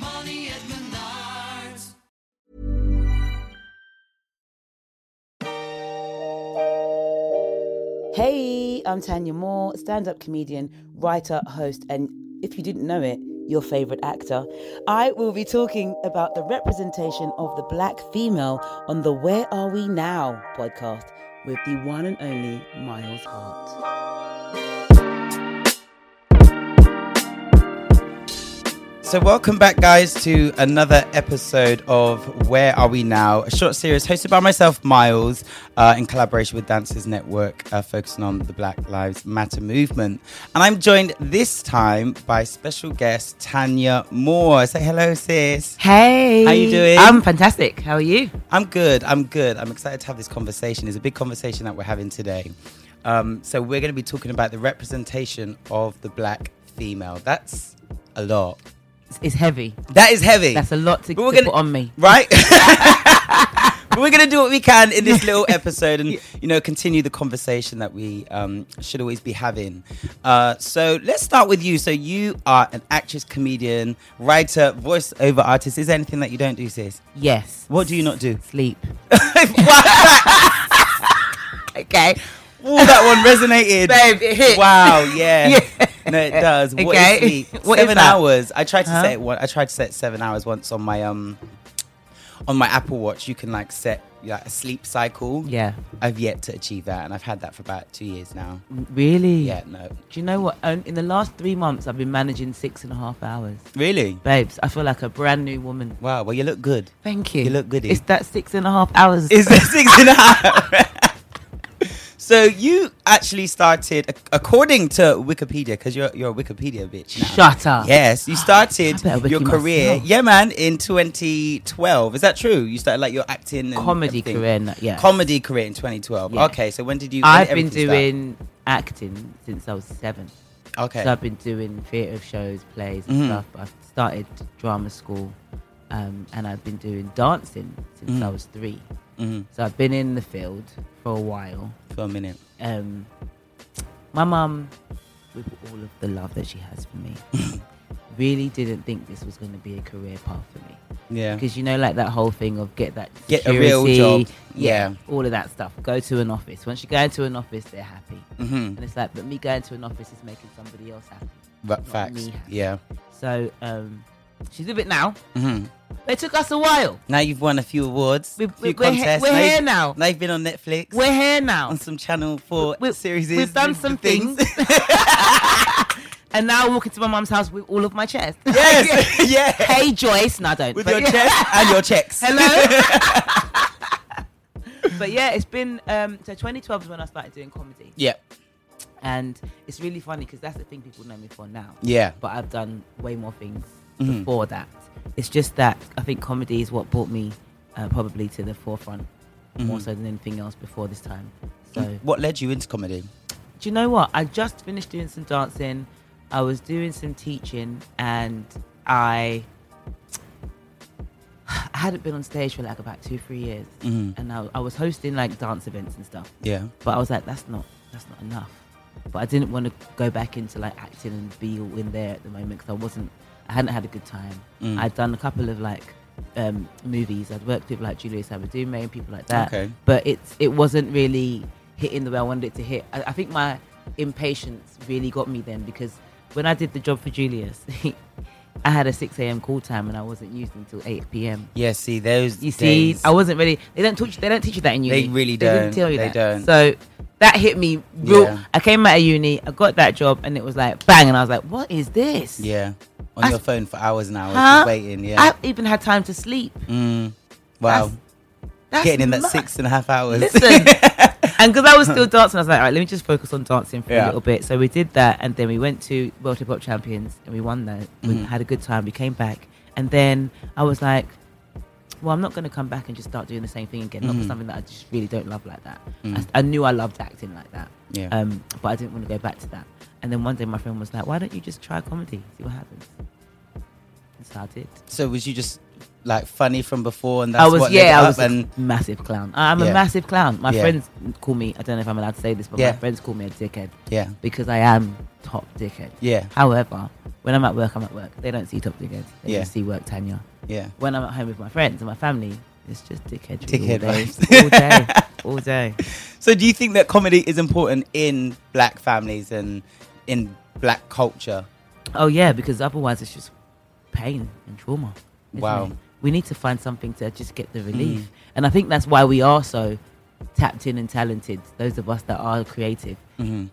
money at Menards. Hey, I'm Tanya Moore, stand up comedian, writer, host, and if you didn't know it, your favourite actor. I will be talking about the representation of the black female on the Where Are We Now podcast with the one and only Miles Hart. So, welcome back, guys, to another episode of Where Are We Now? A short series hosted by myself, Miles, uh, in collaboration with Dancers Network, uh, focusing on the Black Lives Matter movement. And I'm joined this time by special guest Tanya Moore. Say hello, sis. Hey, How you doing? I'm fantastic. How are you? I'm good. I'm good. I'm excited to have this conversation. It's a big conversation that we're having today. Um, so, we're going to be talking about the representation of the black female. That's a lot. It's, it's heavy. That is heavy. That's a lot to, But we're to gonna- put on me. right? but we're gonna do what we can in this little episode, and you know, continue the conversation that we um, should always be having. Uh, so let's start with you. So you are an actress, comedian, writer, voiceover artist. Is there anything that you don't do, sis? Yes. What do you not do? Sleep. okay. Ooh, that one resonated. Babe, it hit. Wow, yeah. Yeah. No, it does. What is Okay. sleep? What is seven that? hours. I tried to Huh? set it one I tried to set seven hours once on my um on my Apple Watch. You can like set like a sleep cycle. Yeah. I've yet to achieve that and I've had that for about two years now. Mm. Really? Yeah, no. Do you know what? Um, In the last three months, I've been managing six and a half hours. Really? Babes, I feel like a brand new woman. Wow, well you look good. Thank you. You look goody. It's that six and a half hours. Is it six and a half? so you actually started ac- according to Wikipedia, because you're you're a Wikipedia bitch now. Shut up. Yes, you started Ah, I better your wiki career, myself. yeah, man, in 2012. Is that true? You started like your acting and Comedy everything. career, no- yeah. comedy career in 2012. Yeah. Okay, so when did you? when I've did been everything doing acting since I was seven. start? Okay, So I've been doing theatre shows, plays, and Mhm. stuff. I've started drama school, um, and I've been doing dancing since Mm-hmm. I was three. Mhm. So I've been in the field for a while. for a minute. Um, my mum, with all of the love that she has for me, really didn't think this was going to be a career path for me. Yeah. Because you know, like that whole thing of get that Get a real security, job. Yeah. all of that stuff. Go to an office. Once you go into an office, they're happy, Mm-hmm. and it's like, but me going to an office is making somebody else happy. But not facts. me. Yeah. So um, she's with it now. hmm It took us a while. Now you've won a few awards, We- a we- few we're he- contests. we're you've- here now. Now you've been on Netflix. We're here now. on some Channel Four We- series. We've done some things. and now I walk into my mum's house with all of my chest. yes. yeah. hey, Joyce. No, I don't. With But your yeah. chest and your checks. Hello. but yeah, it's been um, so 2012 is when I started doing comedy, Yeah. and it's really funny because that's the thing people know me for now. Yeah. But I've done way more things Mhm. before that. It's just that I think comedy is what brought me uh, probably to the forefront more so than anything else before this time. So What led you into comedy? do you know what? I just finished doing some dancing. I was doing some teaching, and I I hadn't been on stage for like about two, three years, Mhm. and I, I was hosting like dance events and stuff. Yeah. But I was like, that's not that's not enough. But I didn't want to go back into like acting and be all in there at the moment because I wasn't. I hadn't had a good time. Mm. I'd done a couple of like um, movies. I'd worked with like Julia Sabadume and people like that. Okay. But it's it wasn't really hitting the way I wanted it to hit. I, I think my impatience really got me then because when I did the job for Julius, I had a six a.m. call time and I wasn't used until eight p.m. Yeah, see those. You see, days- I wasn't really. They don't teach. They don't teach you that in uni. They really didn't don't. tell you They that. don't. So that hit me. Real. Yeah. I came out of uni. I got that job, and it was like bang, and I was like, "What is this? yeah, on I- your phone for hours and hours, Huh? just waiting. Yeah. I've even had time to sleep. mm. Wow. That's- That's Getting in that mad. six and a half hours. Listen, and because I was still dancing, I was like, all right, let me just focus on dancing for Yeah. a little bit. So we did that, and then we went to World Hip Hop Mm-hmm. Champions, and we won that. We had a good time. We came back, and then I was like, well, I'm not going to come back and just start doing the same thing again. Not Mm-hmm. for something that I just really don't love like that. I, I knew I loved acting like that, Yeah. um, but I didn't want to go back to that. And then one day my friend was like, "Why don't you just try comedy? See what happens." And so I did. So was you just like funny from before, and that's I was what led yeah, I up was and a massive clown. I'm Yeah. a massive clown. My Yeah. friends call me. I don't know if I'm allowed to say this, but Yeah. my friends call me a dickhead yeah, because I am top dickhead. yeah, However, when I'm at work, I'm at work. They don't see top dickhead. They Yeah. just see work tenure. yeah. When I'm at home with my friends and my family, it's just dickhead. Dickhead all day, vibes. all day, all day. So do you think that comedy is important in black families and in black culture? Oh yeah, because otherwise it's just pain and trauma. isn't Wow. it? We need to find something to just get the relief. And I think that's why we are so tapped in and talented, those of us that are creative.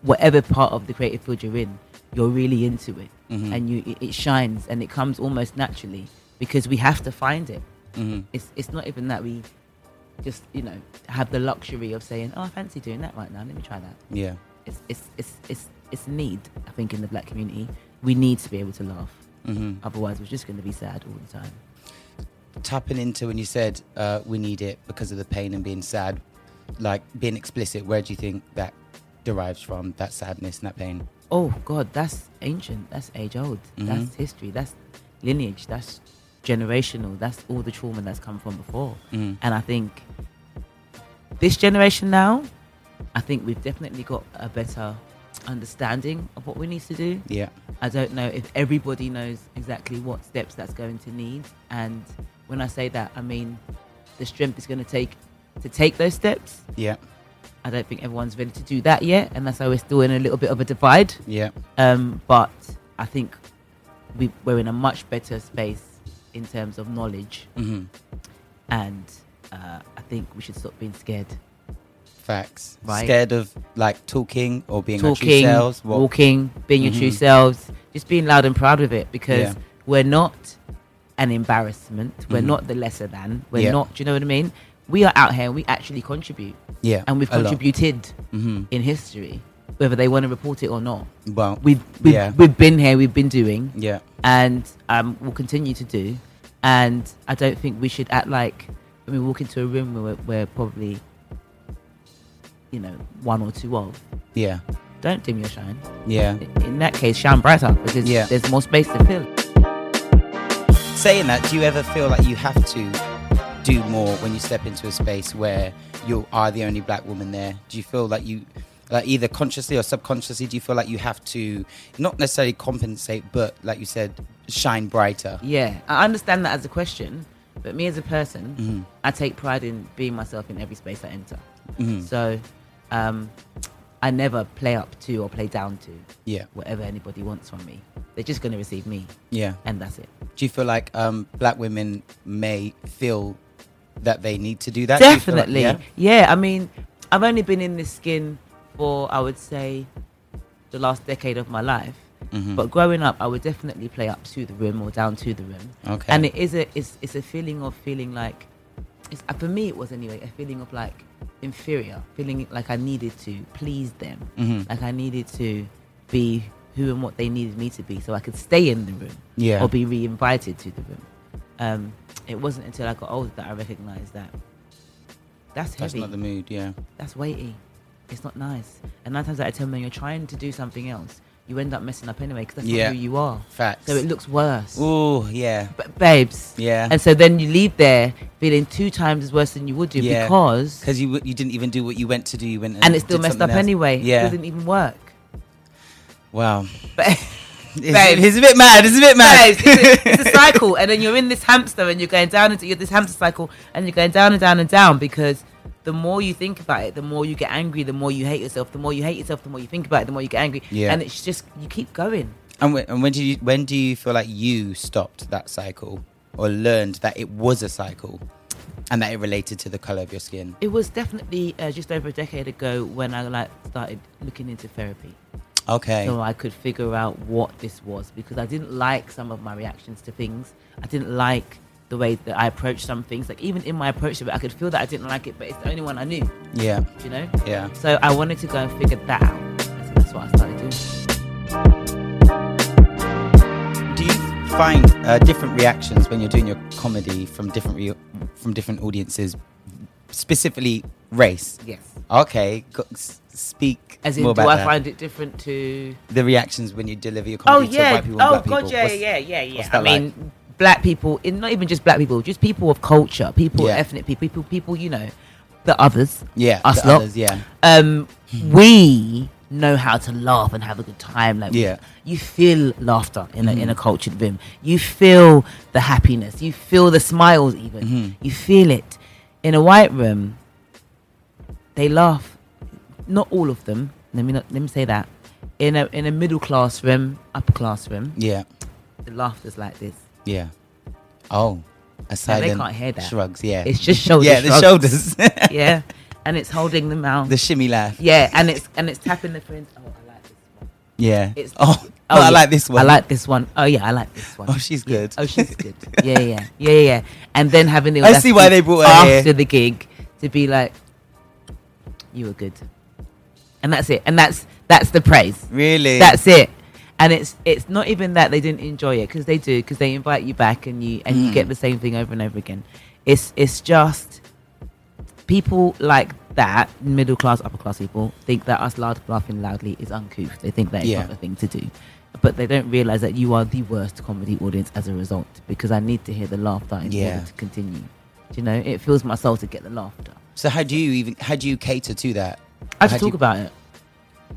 Whatever part of the creative field you're in, you're really into it. And you it, it shines and it comes almost naturally because we have to find it. Mm-hmm. It's it's not even that we just, you know, have the luxury of saying, Oh, I fancy doing that right now, let me try that Yeah, it's it's it's it's it's a need. I think in the black community, we need to be able to laugh. Mm-hmm. Otherwise, we're just going to be sad all the time. tapping into when you said uh, we need it because of the pain and being sad, like being explicit. Where do you think that derives from? That sadness and that pain. Oh God, that's ancient. That's age old. That's history. That's lineage. That's generational. That's all the trauma that's come from before. And I think this generation now, I think we've definitely got a better understanding of what we need to do. Yeah, I don't know if everybody knows exactly what steps that's going to need. And when I say that, I mean the strength is going to take to take those steps. yeah, I don't think everyone's ready to do that yet, and that's why we're still in a little bit of a divide. yeah. Um, but I think we, we're in a much better space in terms of knowledge, hmm and uh, I think we should stop being scared. Facts. Right. Scared of like talking or being our true talking, selves. What- Mm-hmm. walking, being your true selves, just being loud and proud of it because Yeah. we're not an embarrassment. We're Mhm. not the lesser than. We're Yeah. not. Do you know what I mean? We are out here and we actually contribute, yeah, and we've contributed hmm in history, whether they want to report it or not. Well, We've we've, Yeah. we've been here. We've been doing, yeah, and um, we'll continue to do. And I don't think we should act like when we walk into a room where we're, we're probably, you know, one or two of. yeah, Don't dim your shine yeah. in that case, shine brighter because Yeah. there's more space to fill. Saying that, do you ever feel like you have to do more when you step into a space where you are the only black woman there? Do you feel like you, like either consciously or subconsciously, do you feel like you have to not necessarily compensate, but like you said, shine brighter? Yeah, I understand that as a question, but me as a person, I take pride in being myself in every space I enter. So um, I never play up to or play down to Yeah, whatever anybody wants from me. They're just going to receive me, yeah. and that's it. Do you feel like um, black women may feel that they need to do that? Do you feel like- Definitely. yeah? yeah? I mean, I've only been in this skin for, I would say, the last decade of my life. Mm-hmm. But growing up, I would definitely play up to the rim or down to the rim. Okay. And it is a it's, it's a feeling of feeling like, it's, uh, for me it was anyway a feeling of like inferior, feeling like I needed to please them, Mm-hmm. like I needed to be who and what they needed me to be, so I could stay in the room Yeah. or be re-invited to the room. Um, it wasn't until I got older that I recognised that that's heavy. That's not the mood, yeah. that's weighty. It's not nice. And nine times out of ten, when you're trying to do something else, you end up messing up anyway because that's Yeah. not who you are. Facts. So it looks worse. Ooh, yeah. B- babes. Yeah. And so then you leave there feeling two times as worse than you would do Yeah. because, Because you w- you didn't even do what you went to do. You went and, and it still did messed something up else. anyway. It e- Yeah. didn't even work. Wow. But It's, Babe. it's a bit mad. It's a bit mad. Babes, it's, a, it's a cycle, and then you're in this hamster, and you're going down into you're this hamster cycle, and you're going down and down and down because the more you think about it, the more you get angry, the more you hate yourself, the more you hate yourself, the more you think about it, the more you get angry, Yeah. and it's just you keep going. and, when, and when do you when do you feel like you stopped that cycle or learned that it was a cycle and that it related to the color of your skin? It was definitely uh, just over a decade ago when I like started looking into therapy, Okay. so I could figure out what this was because I didn't like some of my reactions to things. I didn't like the way that I approached some things. Like even in my approach to it, I could feel that I didn't like it, but it's the only one I knew. yeah. You know. Yeah. So I wanted to go and figure that out. And so that's what I started doing. Do you find uh, different reactions when you're doing your comedy from different re- from different audiences, specifically race. Yes. Okay, go, s- speak As in, more do about I that. find it different to? the reactions when you deliver your Oh comedy to yeah! white people and Oh black god! people? Yeah, What's- yeah, yeah, yeah. what's I that like? mean, black people, in, not even just black people, just people of culture, people, Yeah. ethnic people, people, people. You know, the others. yeah, us the lot. others, yeah, um, we know how to laugh and have a good time. Like, Yeah. Mm-hmm. you feel laughter in a in a cultured room. You feel the happiness. You feel the smiles. Even Mm-hmm. you feel it in a white room. They laugh. Not all of them. Let me not, let me say that. In a in a middle class room, upper class room, yeah, the laughter's like this. yeah. Oh, a silent can't hear that. shrugs. Yeah, It's just shoulders. yeah, the shoulders, yeah, and it's holding the mouth. the shimmy laugh. yeah, and it's and it's tapping the friends. Oh, I like this one. Yeah. It's- oh, Oh, no, I yeah. like this one. I like this one. Oh yeah, I like this one. Oh, she's good. Oh, she's good. Yeah, yeah, yeah, yeah, yeah. And then having the I see why they audacity brought her after here. the gig to be like, "You were good," and that's it. And that's that's the praise. Really? That's it. And it's it's not even that they didn't enjoy it because they do because they invite you back and you and Mm. you get the same thing over and over again. It's it's just people like that middle class upper class people think that us loud laughing loudly is uncouth. They think that it's Yeah. not a thing to do. But they don't realize that you are the worst comedy audience as a result because I need to hear the laughter in Yeah. order to continue. Do you know? It fills my soul to get the laughter. So how do you even how do you cater to that? I How just do talk you- about it.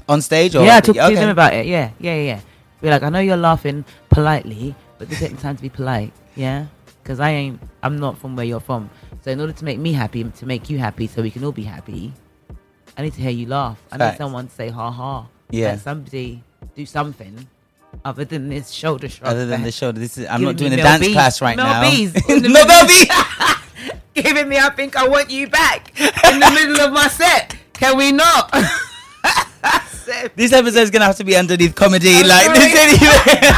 on stage or yeah, I talk okay. to them about it. Yeah, yeah, yeah. Be like, I know you're laughing politely, but this ain't the time to be polite. Yeah, because I ain't. I'm not from where you're from. So in order to make me happy, and to make you happy, so we can all be happy, I need to hear you laugh. I need Facts. someone to say ha ha. Yeah. Let somebody do something other than this shoulder shrug. other than that- the shoulder. This is I'm not giving doing me a Mel dance B's. class right Mel now. B's. no Mel B. giving me, I think I want you back in the middle of my set. Can we not? I said, This episode's gonna have to be underneath comedy. I'm like this sorry.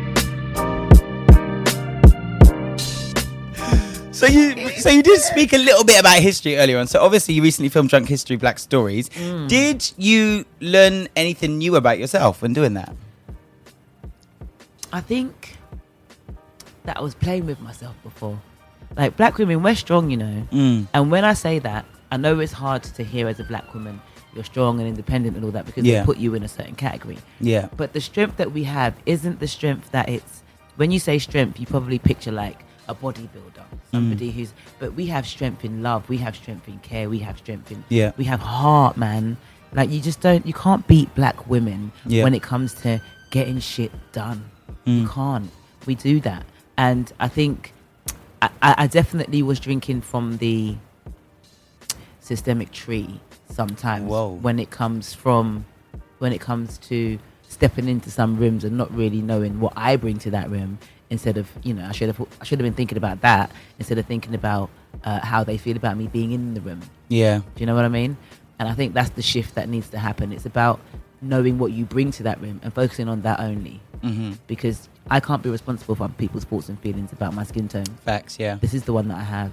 anyway. So you, so you did speak a little bit about history earlier on. So obviously, you recently filmed Drunk History: Black Stories. Mm. Did you learn anything new about yourself when doing that? I think that I was playing with myself before. Like black women, we're strong, you know. Mm. And when I say that, I know it's hard to hear as a black woman, you're strong and independent and all that because Yeah. they put you in a certain category. Yeah, But the strength that we have isn't the strength that it's. When you say strength, you probably picture like a bodybuilder, Mm. somebody who's. But we have strength in love. We have strength in care. We have strength in. Yeah. We have heart, man. Like you just don't. You can't beat black women Yeah. Mm. when it comes to getting shit done. You can't. We do that, and I think I, I I definitely was drinking from the systemic tree sometimes Whoa. when it comes from when it comes to stepping into some rooms and not really knowing what I bring to that room instead of you know I should have I should have been thinking about that instead of thinking about uh, how they feel about me being in the room do yeah, you know what I mean and I think that's the shift that needs to happen it's about knowing what you bring to that room and focusing on that only mm-hmm. because I can't be responsible for other people's thoughts and feelings about my skin tone facts. Yeah. this is the one that I have.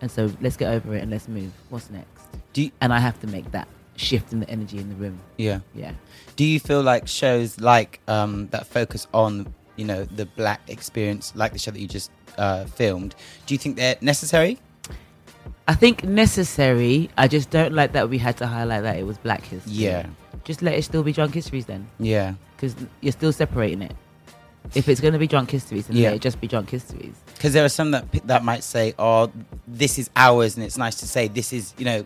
And so let's get over it and let's move. What's next? Do you, And I have to make that shift in the energy in the room. yeah. Yeah. Do you feel like shows like um, that focus on you know the black experience, like the show that you just uh, filmed? Do you think they're necessary? I think necessary. I just don't like that we had to highlight that it was black history. Yeah. Just let it still be drunk histories then, Yeah, because you're still separating it. If it's going to be drunk histories, then Yeah. let it just be drunk histories. because there are some that p- that might say, "Oh, this is ours," and it's nice to say, "This is you know,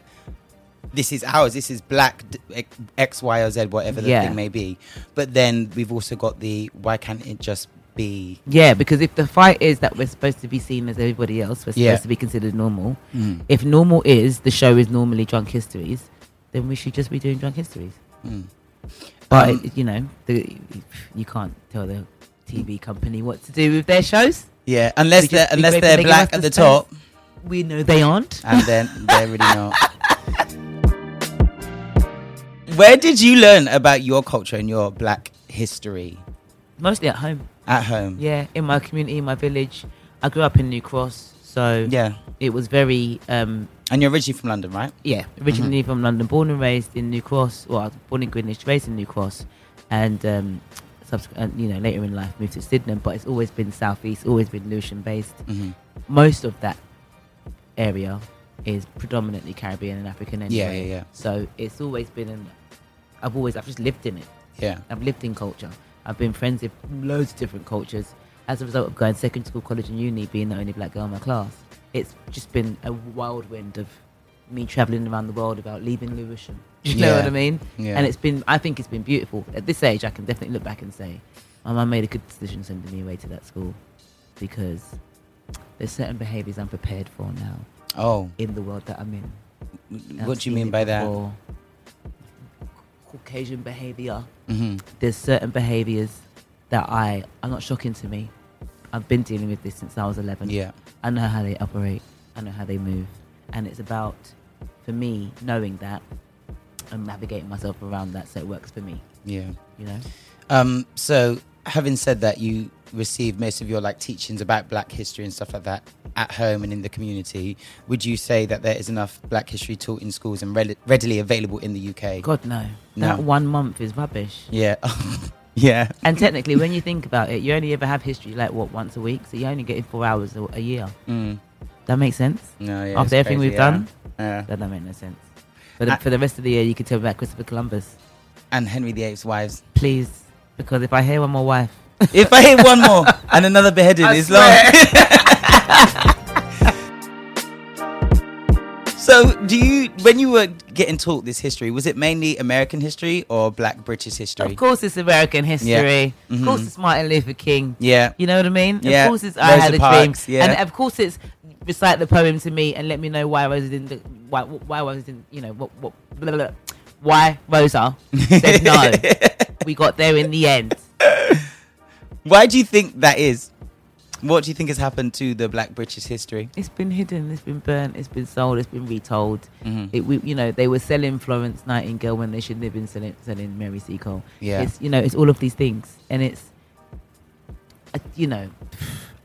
this is ours. This is black d- ex- X, Y, or Z, whatever the Yeah. thing may be." But then we've also got the why can't it just be? Yeah, because if the fight is that we're supposed to be seen as everybody else, we're supposed Yeah. to be considered normal. Hmm. If normal is the show is normally drunk histories, then we should just be doing drunk histories. But Hmm. Um, it- you know, the, you can't tell the TV company what to do with their shows. Yeah, We unless just- they're we unless maybe they're they give black us at the the top, We know they aren't. and then they're really not. Where did you learn about your culture and your black history Mostly at home. at home? Yeah, in my community, in my village. I grew up in New Cross, so Yeah. it was very um, And you're originally from London, right? Mm-hmm. yeah, originally from London, born and raised in New Cross. Well, I was born in Greenwich, raised in New Cross, and um, subsequent, you know, later in life moved to Sydenham, but it's always been southeast, always been Lucian based. Mhm. Most of that area is predominantly Caribbean and African anyway. yeah, yeah. So it's always been, an, I've always, I've just lived in it. Yeah. I've lived in culture. I've been friends with loads of different cultures. As a result of going secondary school, college, and uni, being the only black girl in my class, it's just been a whirlwind of me traveling around the world without leaving Lewisham. Do you know Yeah. what I mean? Yeah. And it's been, I think it's been beautiful. At this age, I can definitely look back and say, my mum made a good decision sending me away to that school because there's certain behaviours I'm prepared for now Oh, in the world that I'm in. I've what do seen you mean it by that? before. Caucasian behaviour hmm there's certain behaviors that I are not shocking to me. I've been dealing with this since I was 11. Yeah. I know how they operate. I know how they move, and it's about for me knowing that and navigating myself around that so it works for me. Yeah. You know. Um, so, having said that, you received most of your like teachings about Black history and stuff like that at home and in the community. Would you say that there is enough Black history taught in schools and readi- readily available in the UK? God no. No. That one month is rubbish. Yeah, yeah, And technically, when you think about it, you only ever have history like what once a week, so you only get it four hours a, a year. mm. That makes sense. no, yeah. After it's everything crazy, we've yeah. done? Yeah. That don't make no sense. But I- for the rest of the year, you could tell me about Christopher Columbus, and Henry VIII's wives. please, because if I hear one more wife. If I hit one more and another beheaded, I it's long. so, do you, when you were getting taught this history, was it mainly American history or Black British history? Of course, it's American history. Of course, Mhm. it's Martin Luther King. Yeah. You know what I mean? Yeah. Of course, it's I Rosa had a Parks, dream. yeah. And of course, it's recite the poem to me and let me know why Rosa didn't. do- Why why Rosa didn't? You know what what. Blah, blah, blah. Why Rosa said no? we got there in the end. Why do you think that is? What do you think has happened to the Black British history? It's been hidden. It's been burnt. It's been sold. It's been retold. Mm-hmm. It, we, you know, they were selling Florence Nightingale when they should have been selling, selling Mary Seacole. Yeah. It's, you know, it's all of these things. And it's, uh, you know,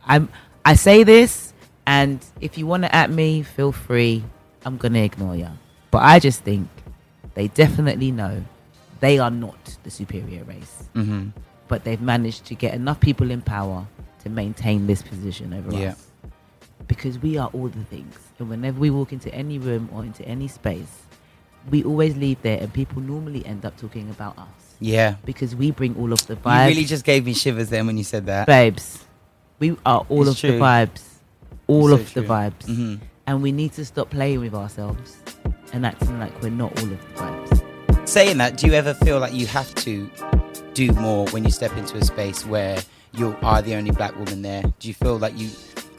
I'm, I say this, and if you want to at me, feel free. I'm going to ignore you. But I just think they definitely know they are not the superior race. Mm-hmm. But they've managed to get enough people in power to maintain this position over Yeah. us because we are all the things. And whenever we walk into any room or into any space, we always leave there, and people normally end up talking about us Yeah. because we bring all of the You vibes, really just gave me shivers then when you said that. babes. We are all It's of true. the vibes, all It's of so the true. vibes, Mhm. and we need to stop playing with ourselves and acting like we're not all of the vibes. Saying that, do you ever feel like you have to do more when you step into a space where you are the only black woman there? Do you feel like you,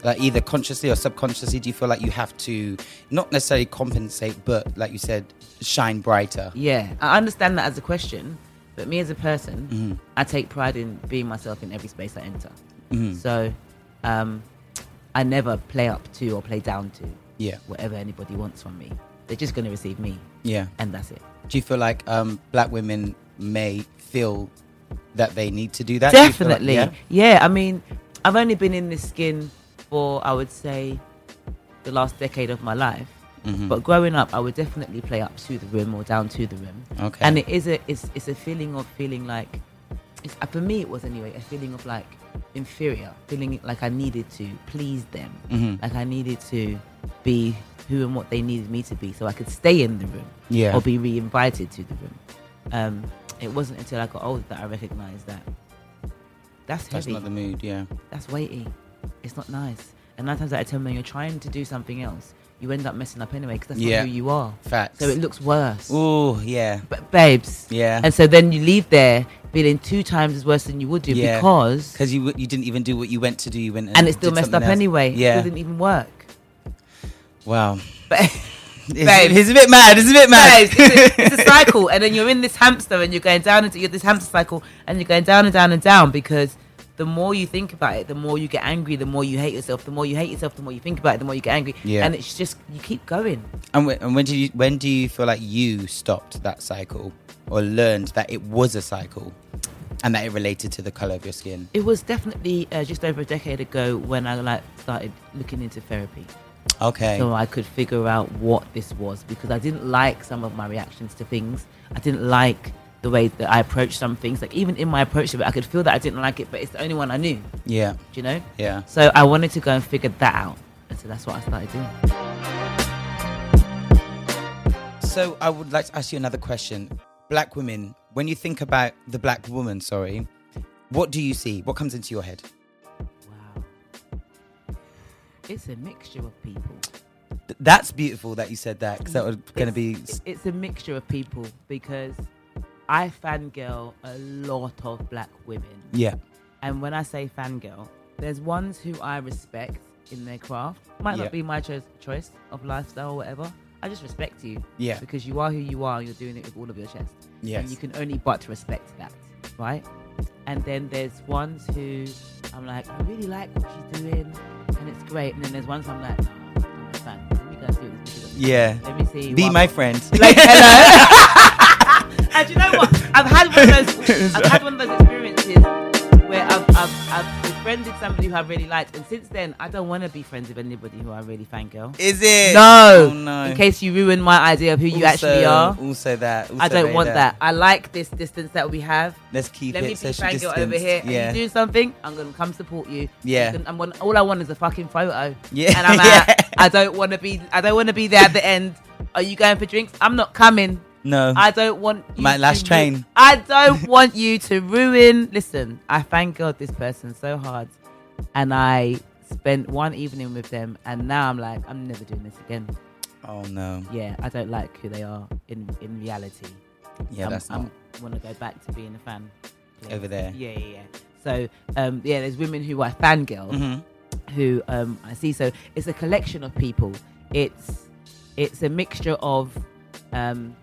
like either consciously or subconsciously, do you feel like you have to not necessarily compensate, but like you said, shine brighter? Yeah, I understand that as a question, but me as a person, Mm-hmm. I take pride in being myself in every space I enter. Mm-hmm. So, um, I never play up to or play down to Yeah. whatever anybody wants from me. They're just going to receive me, Yeah. and that's it. Do you feel like um, black women may feel that they need to do that? Do you feel like- Definitely. yeah? yeah? I mean, I've only been in this skin for, I would say, the last decade of my life. Mm-hmm. But growing up, I would definitely play up to the rim or down to the rim. Okay. And it is a it's it's a feeling of feeling like, it's, uh, for me it was anyway a feeling of like inferior, feeling like I needed to please them, Mm-hmm. like I needed to be who and what they needed me to be, so I could stay in the room Yeah. or be re-invited to the room. Um, it wasn't until I got older that I recognised that that's That's heavy. not the mood, yeah. That's weighty. It's not nice. And nine times out of ten, when you're trying to do something else, you end up messing up anyway because that's Yeah. not who you are. Facts. So it looks worse. Ooh, yeah. B- babes. Yeah. And so then you leave there feeling two times as worse than you would do Yeah. because, Because you, w- you didn't even do what you went to do. You went and, and it still did messed something up else. anyway. It e-, Yeah. still didn't even work. Wow. But It's, Babes. it's a bit mad. It's a bit mad. Babes, it's, a, it's a cycle, and then you're in this hamster, and you're going down into you're this hamster cycle, and you're going down and down and down because the more you think about it, the more you get angry, the more you hate yourself, the more you hate yourself, the more you think about it, the more you get angry, Yeah. and it's just you keep going. and, when, and when do you when do you feel like you stopped that cycle or learned that it was a cycle and that it related to the color of your skin? It was definitely uh, just over a decade ago when I like started looking into therapy, Okay. so uh, I could figure out what this was because I didn't like some of my reactions to things. I didn't like the way that I approach some things. Like even in my approach of it, I could feel that I didn't like it, but it's the only one I knew. Do Yeah. you know? Yeah. So I wanted to go and figure that out, and so that's what I started doing. So I would like to ask you another question. Black women, when you think about the black woman, sorry, what do you see? What comes into your head? Wow. It's a mixture of people. Th- That's beautiful that you said that because that was going to It's- be. it- It's a mixture of people because I fangirl a lot of black women. Yeah. And when I say fangirl, there's ones who I respect in their craft. Might Yeah. not be my cho- choice of lifestyle or whatever. I just respect you. Yeah. Because you are who you are and you're doing it with all of your chest. Yes. And you can only but respect that, right? And then there's ones who I'm like, I really like what she's doing and it's great. And then there's ones I'm like, "No, I'm a fan. Let me go and do this. Let me go Yeah. and do this. Let me see. Be what- my friend. like hello. and you know what? I've had one of those. I've had one of those experiences where I've, I've, I've befriended somebody who I really liked, and since then I don't want to be friends with anybody who I really fangirl. Is it? No. Oh, no. In case you ruin my idea of who you actually Also- are, Also that. also I don't right want there. that. I like this distance that we have. Let's keep Let it me be social fangirl over distanced. here. Yeah. And you do something, I'm gonna come support you. Yeah. You can- I'm gonna, all I want is a fucking photo. Yeah. And I'm Yeah. out. I don't want to be. I don't want to be there at the end. Are you going for drinks? I'm not coming. no. I don't want you My last to ru- train. I don't want you to ruin. Listen, I thank God this person so hard, and I spent one evening with them, and now I'm like, I'm never doing this again. oh no. Yeah, I don't like who they are in in reality. Yeah, I'm, that's not. want to go back to being a fan. Yeah. Over there. Yeah, yeah, yeah. So, um, yeah, there's women who are fangirl Mhm. who um, I see. So it's a collection of people. It's it's a mixture of um,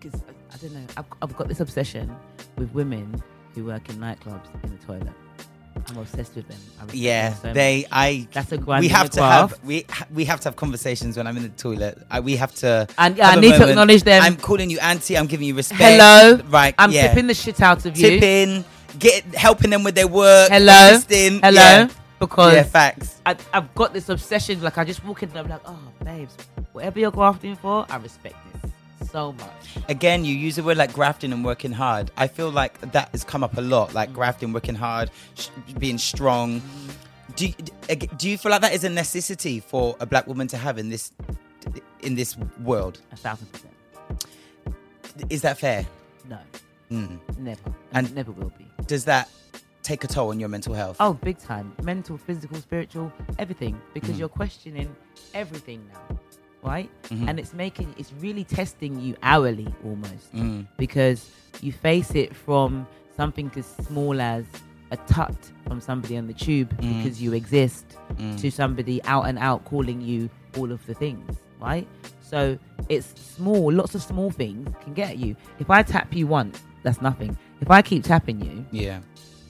'cause I, I don't know. I've, I've got this obsession with women who work in nightclubs in the toilet. I'm obsessed with them. I respect Yeah, them so they. much. I. That's a grand We have to graph. have we ha- we have to have conversations when I'm in the toilet. I, we have to. And, yeah, have I a need to moment. acknowledge them. I'm calling you auntie. I'm giving you respect. Hello. Right. I'm yeah. tipping the shit out of you. Tipping. Get helping them with their work. Hello. assisting, Hello. Yeah. Because Yeah, Facts. I, I've got this obsession. Like I just walk in and I'm like, oh, babes, whatever you're grafting for, I respect this so much. Again, you use the word like grafting and working hard. I feel like that has come up a lot. Like grafting, working hard, sh- being strong. Do you, do you feel like that is a necessity for a black woman to have in this in this world? A thousand percent. Is that fair? No, Mm. never, And- and never will be. Does that take a toll on your mental health? Oh, big time. Mental, physical, spiritual, everything. Because you're questioning everything now, right? And it's making, it's really testing you hourly almost. Because you face it from something as small as a tut from somebody on the tube because you exist to somebody out and out calling you all of the things, right? So it's small, lots of small things can get you. If I tap you once, that's nothing. If I keep tapping you, Yeah.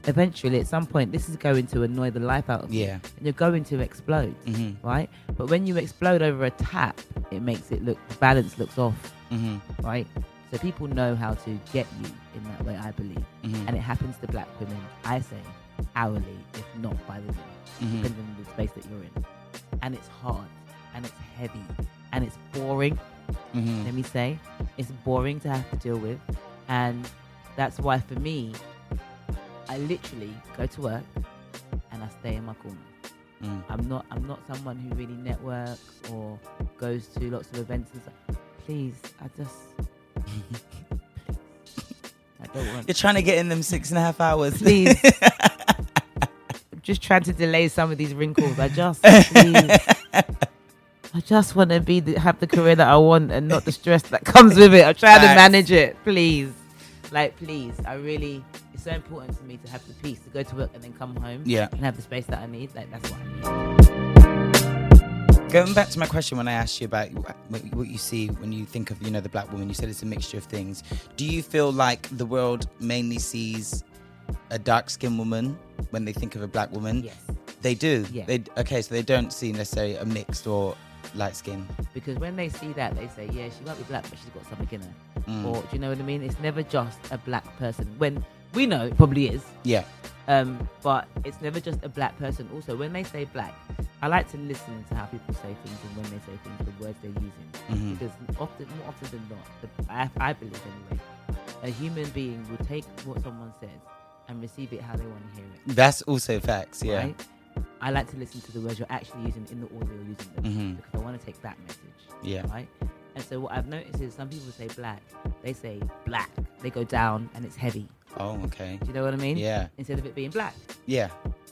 eventually at some point this is going to annoy the life out of you Yeah. Mm-hmm. and you're going to explode right but when you explode over a tap it makes it look the balance looks off Mm-hmm. right so people know how to get you in that way i believe Mhm. and it happens to black women i say hourly if not by the minute Mhm. depending on the space that you're in and it's hard and it's heavy and it's boring Mhm. let me say. It's boring to have to deal with. And that's why, for me, I literally go to work and I stay in my corner. Mm. I'm not. I'm not someone who really networks or goes to lots of events and stuff. Please, I just. I don't want. You're trying to get in them six and a half hours. Please. I'm just trying to delay some of these wrinkles. I just. please. I just want to be the, have the career that I want and not the stress that comes with it. I'm trying to Facts. manage it, please. Like, please, I really. It's so important to me to have the peace to go to work and then come home. Yeah. And have the space that I need. Like, that's what I need. Going back to my question when I asked you about what what you see when you think of you know the black woman, you said it's a mixture of things. Do you feel like the world mainly sees a dark skinned woman when they think of a black woman? Yes. They do. Yeah. They okay, so they don't see necessarily a mixed or light skin. because when they see that, they say, "Yeah, she might be black, but she's got something in her." Mm. Or do you know what I mean? It's never just a black person. When we know it probably is, Yeah. um, but it's never just a black person. Also, when they say black, I like to listen to how people say things and when they say things, the words they're using, Mhm. because often, more often than not, the, I, I believe anyway, a human being will take what someone says and receive it how they want to hear it. That's also facts. Yeah. Right? I like to listen to the words you're actually using in the order you're using them Mhm. because I want to take that message. Yeah. Right. And so what I've noticed is some people say black, they say black. They go down and it's heavy. Oh, okay. Do you know what I mean? Yeah. Instead of it being black, Yeah.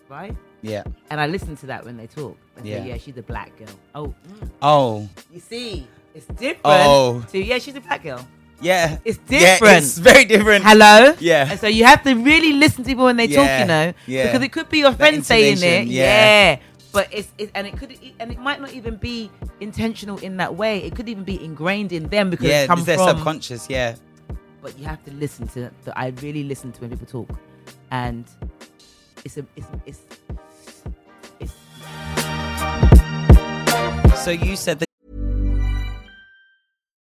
right? Yeah. And I listen to that when they talk. I say, Yeah. yeah, she's a black girl. Oh, mm, Oh, you see, it's different. Oh. To, yeah, she's a black girl. yeah. It's Yeah, different. it's very different. Hello. Yeah. And so you have to really listen to people when they talk, Yeah, you know, yeah. because it could be your friend saying it. intonation, yeah. But it's, it's and it could e- and it might not even be intentional in that way. It could even be ingrained in them because Yeah, it's come it's their from. subconscious. Yeah. but you have to listen to. The, I really listen to when people talk, and it's a it's it's. it's So you said that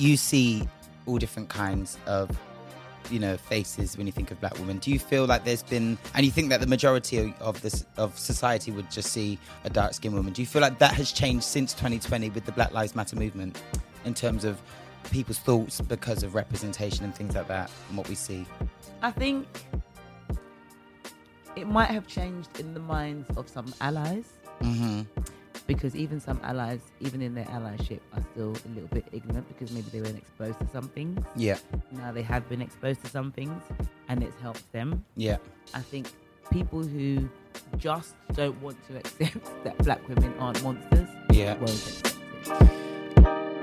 you see all different kinds of, you know, faces when you think of black women. Do you feel like there's been, and you think that the majority of this of society would just see a dark skinned woman? Do you feel like that has changed since 2020 with the Black Lives Matter movement in terms of people's thoughts because of representation and things like that and what we see? I think it might have changed in the minds of some allies. Mm-hmm. because even some allies, even in their allyship, are still a little bit ignorant because maybe they weren't exposed to some things. Yeah. Now they have been exposed to some things, and it's helped them. Yeah. I think people who just don't want to accept that black women aren't monsters Yeah. won't accept it.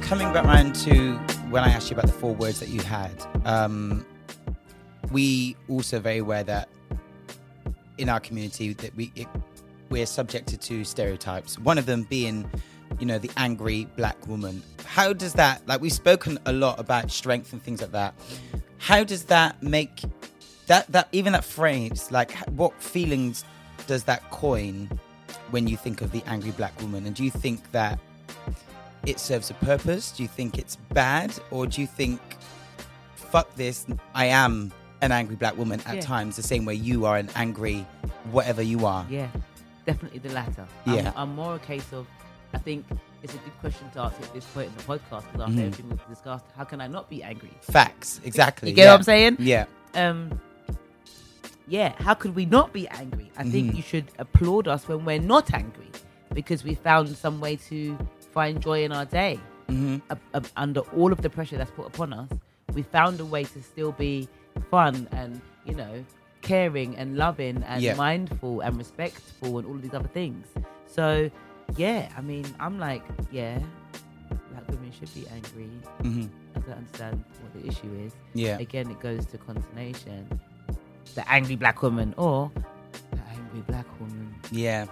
coming back round to when I asked you about the four words that you had, um, we also very aware that in our community that we it, we're subjected to stereotypes. One of them being, you know, the angry black woman. How does that like we've spoken a lot about strength and things like that. How does that make that that even that phrase like h- what feelings does that coin when you think of the angry black woman? And do you think that it serves a purpose? Do you think it's bad? Or do you think, fuck this, I am an angry black woman at Yeah. times, the same way you are an angry whatever you are? Yeah, definitely the latter. Yeah. I'm, I'm more a case of, I think it's a good question to ask at this point in the podcast because after Mhm. everything we've discussed, how can I not be angry? Facts, exactly. You get yeah. what I'm saying? Yeah, um yeah how could we not be angry i think Mhm. you should applaud us when we're not angry because we found some way to find joy in our day Mhm. Up- up- under all of the pressure that's put upon us we found a way to still be fun and you know caring and loving and Yeah. mindful and respectful and all of these other things. So, yeah, I mean, I'm like, yeah, black women should be angry. hmm I don't understand what the issue is. Yeah. Again, it goes to consternation. The angry black woman or the angry black woman Yeah.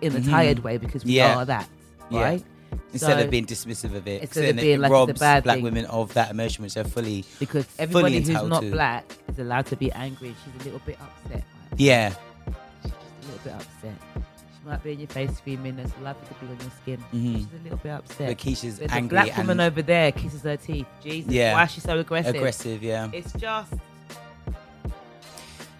in the Mhm. tired way because we Yeah. are that, Yeah. right? Instead So- of being dismissive of it, Instead of saying that being it like it's a robs bad black thing. women of that emotion, which they're fully. because fully everybody who's entitled not to. black is allowed to be angry. She's a little bit upset. Right? Yeah. She's just a little bit upset. She might be in your face screaming. There's a lot of be on your skin. Mhm. She's a little bit upset. But Keisha's There's angry a black woman and over there kisses her teeth. Jesus, Yeah. why is she so aggressive? aggressive. Yeah. It's just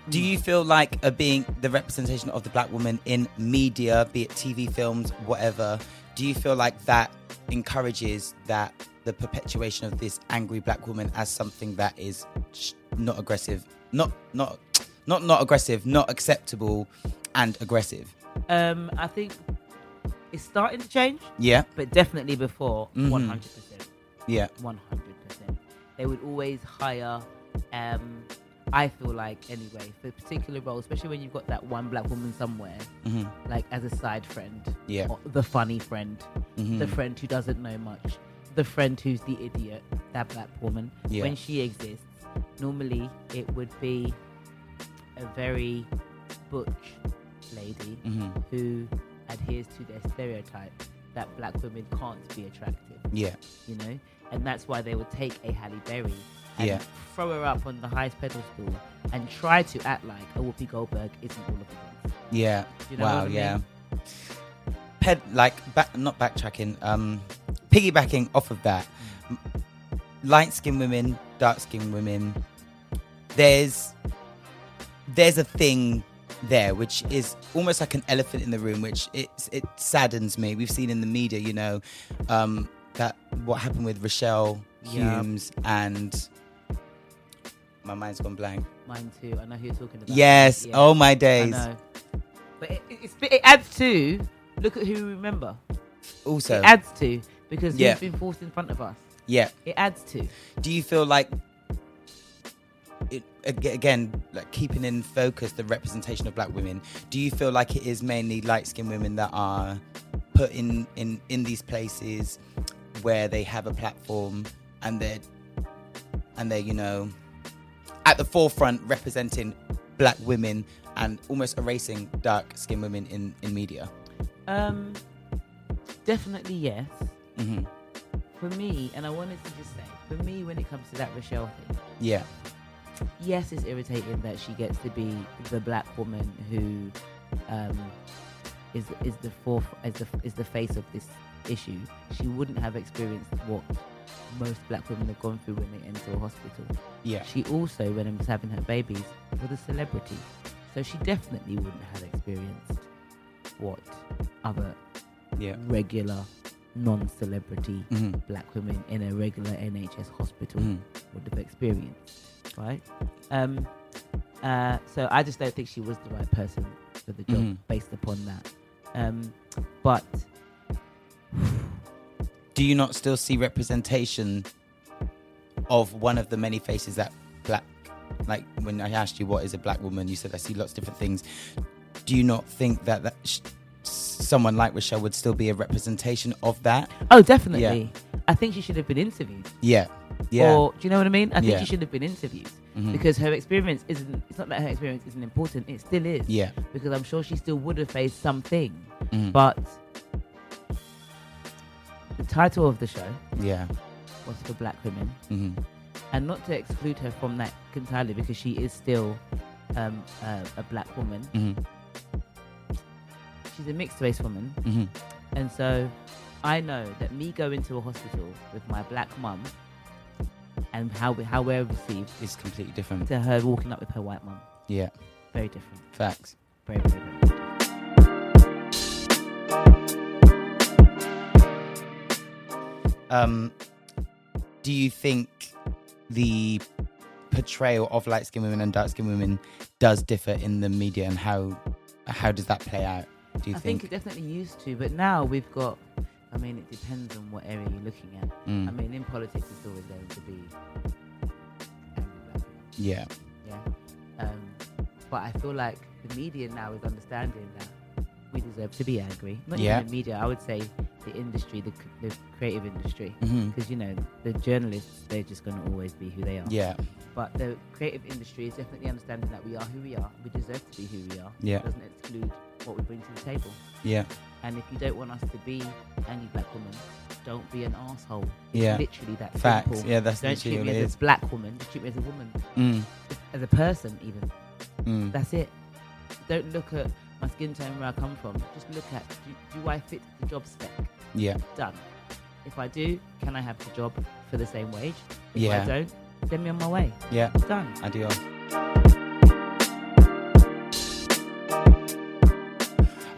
Do you feel like uh, being the representation of the black woman in media, be it TV, films, whatever, do you feel like that encourages that the perpetuation of this angry black woman as something that is sh- not aggressive, not not not not aggressive, not acceptable, and aggressive? um, I think it's starting to change, Yeah, but definitely before Mhm. 100 percent. yeah, 100%. They would always hire, um, I feel like, anyway, for particular roles, especially when you've got that one black woman somewhere, hmm like as a side friend, Yeah. or the funny friend, Mhm. the friend who doesn't know much, the friend who's the idiot, that black woman. Yeah. When she exists, normally it would be a very butch lady Mhm. who adheres to their stereotype that black women can't be attractive yeah, you know, and that's why they would take a Halle Berry and Yeah. throw her up on the highest pedestal and try to act like a Whoopi Goldberg isn't all of it. yeah. You know wow, what I mean? yeah. Ped, like back, not backtracking, um, piggybacking off of that. light skinned women, dark skinned women, there's there's a thing there which is almost like an elephant in the room, which it's it saddens me. We've seen in the media, you know, um, that what happened with Rochelle Yeah. Humes and my mind's gone blank. Mine too. I know who you're talking about. Yes. Yeah, Oh my I days. know. But it, it, it's, it adds to look at who we remember. Also, It adds to because Yeah. who's been forced in front of us. yeah. It adds to. do you feel like it, ag- again like keeping in focus the representation of black women do you feel like it is mainly light-skinned women that are put in in in these places where they have a platform and they're and they're you know at the forefront representing black women and almost erasing dark skinned women in in media Um, definitely yes. Mhm. For me, and I wanted to just say, for me, when it comes to that Rochelle thing, yeah yes, it's irritating that she gets to be the black woman who um, is is the foref is the is the face of this issue. She wouldn't have experienced what most black women have gone through when they enter a hospital. yeah She also, when was having her babies, was a celebrity, so she definitely wouldn't have experienced what other yeah regular non-celebrity Mhm. black women in a regular NHS hospital Mhm. would have experienced, right? Um, uh, so I just don't think she was the right person for the job Mhm. based upon that. Um, but do you not still see representation of one of the many faces that black like when i asked you what is a black woman you said i see lots of different things do you not think that that sh- someone like rochelle would still be a representation of that oh, definitely, I think she should have been interviewed. yeah yeah Or do you know what I mean? I think Yeah. she should have been interviewed Mhm. because her experience isn't. It's not that her experience isn't important. It still is. yeah Because I'm sure she still would have faced something, Mhm. but the title of the show yeah was for black women. hmm and not to exclude her from that entirely because she is still um, uh, a black woman. hmm She's a mixed race woman, hmm and so I know that me going to a hospital with my black mum and how we, how we're received it's completely different to her walking up with her white mum, yeah very different, facts very very. very different. um, do you think the portrayal of light skinned women and dark skinned women does differ in the media and how how does that play out? Do you I think it definitely used to, but now we've got. I mean, it depends on what area you're looking at. Mm. I mean, in politics, it's always going to be angry black people. yeah. Yeah. Um, But I feel like the media now is understanding that we deserve to be angry. Not Yeah. even the media, I would say the industry, the, c- the creative industry. Mhm. Because, you know, the journalists, they're just going to always be who they are. Yeah. But the creative industry is definitely understanding that we are who we are. We deserve to be who we are. Yeah. It doesn't exclude what we bring to the table. Yeah. And if you don't want us to be any black woman, don't be an asshole. It's Yeah. literally that Facts. simple. Yeah, that's Don't literally treat what me it as is. a black woman. Just treat me as a woman, Mm, as a person, even. mm. That's it. Don't look at my skin tone where I come from. Just look at do, do I fit the job spec? Yeah. Done. If I do, can I have the job for the same wage? If Yeah. I don't, send me on my way. Yeah. Done. I do.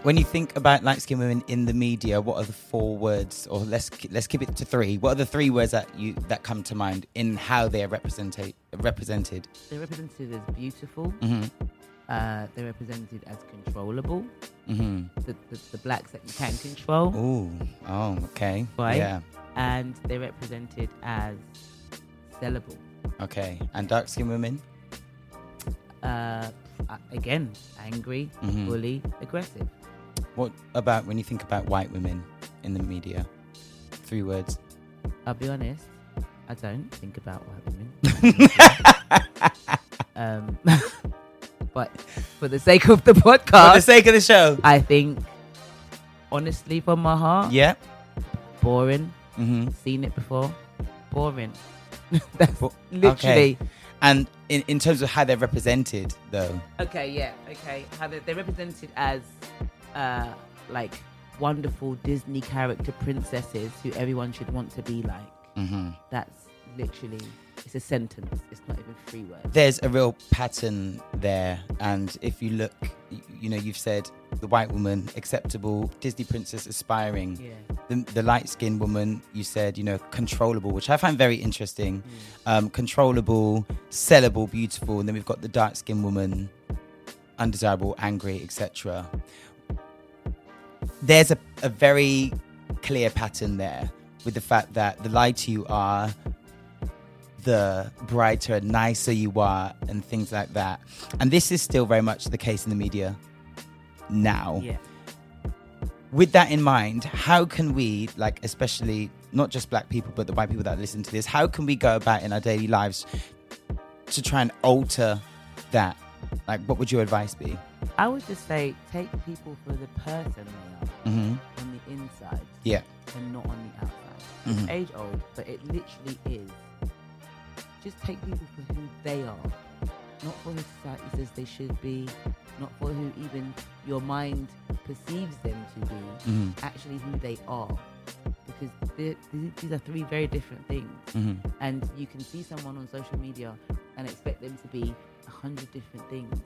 When you think about light-skinned women in the media, what are the four words, or let's let's keep it to three? What are the three words that you that come to mind in how they are represented? Represented. They're represented as beautiful. hmm Uh, they're represented as controllable. hmm The, the, the blacks that you can control. Ooh. Oh. Okay. Right. Yeah. and they're represented as sellable. Okay. And dark-skinned women. Uh, uh, again, angry, Mhm. bully, aggressive. What about when you think about white women in the media? Three words. I'll be honest, I don't think about white women. um, but for the sake of the For the podcast, sake of the show. Uh, I think, honestly, from my heart, Yeah. boring. hmm Seen it before, boring. That's Bo- literally. okay. And in, in terms of how they're represented, though. Okay, yeah, okay. How they're, they're represented as uh, like wonderful Disney character princesses who everyone should want to be like. hmm That's literally it's a sentence. It's not even three words. There's a real pattern there. And if you look, you, you know, you've said the white woman, acceptable, Disney princess, aspiring. Yeah. The, the light skinned woman, you said, you know, controllable, which I find very interesting. Um, controllable, sellable, beautiful. And then we've got the dark skinned woman, undesirable, angry, etc. There's a, a very clear pattern there with the fact that the lighter you are, the brighter and nicer you are, and things like that. And this is still very much the case in the media now. Yeah. With that in mind, how can we, like, especially not just black people, but the white people that listen to this, how can we go about in our daily lives to try and alter that? Like, what would your advice be? I would just say take people for the person they are Mm-hmm. on the inside Yeah. and not on the outside. It's age old, but it literally is. Just take people for who they are, not for who society says they should be, not for who even your mind perceives them to be, Mhm. actually who they are. Because the- the- these are three very different things. hmm And you can see someone on social media and expect them to be a hundred different things.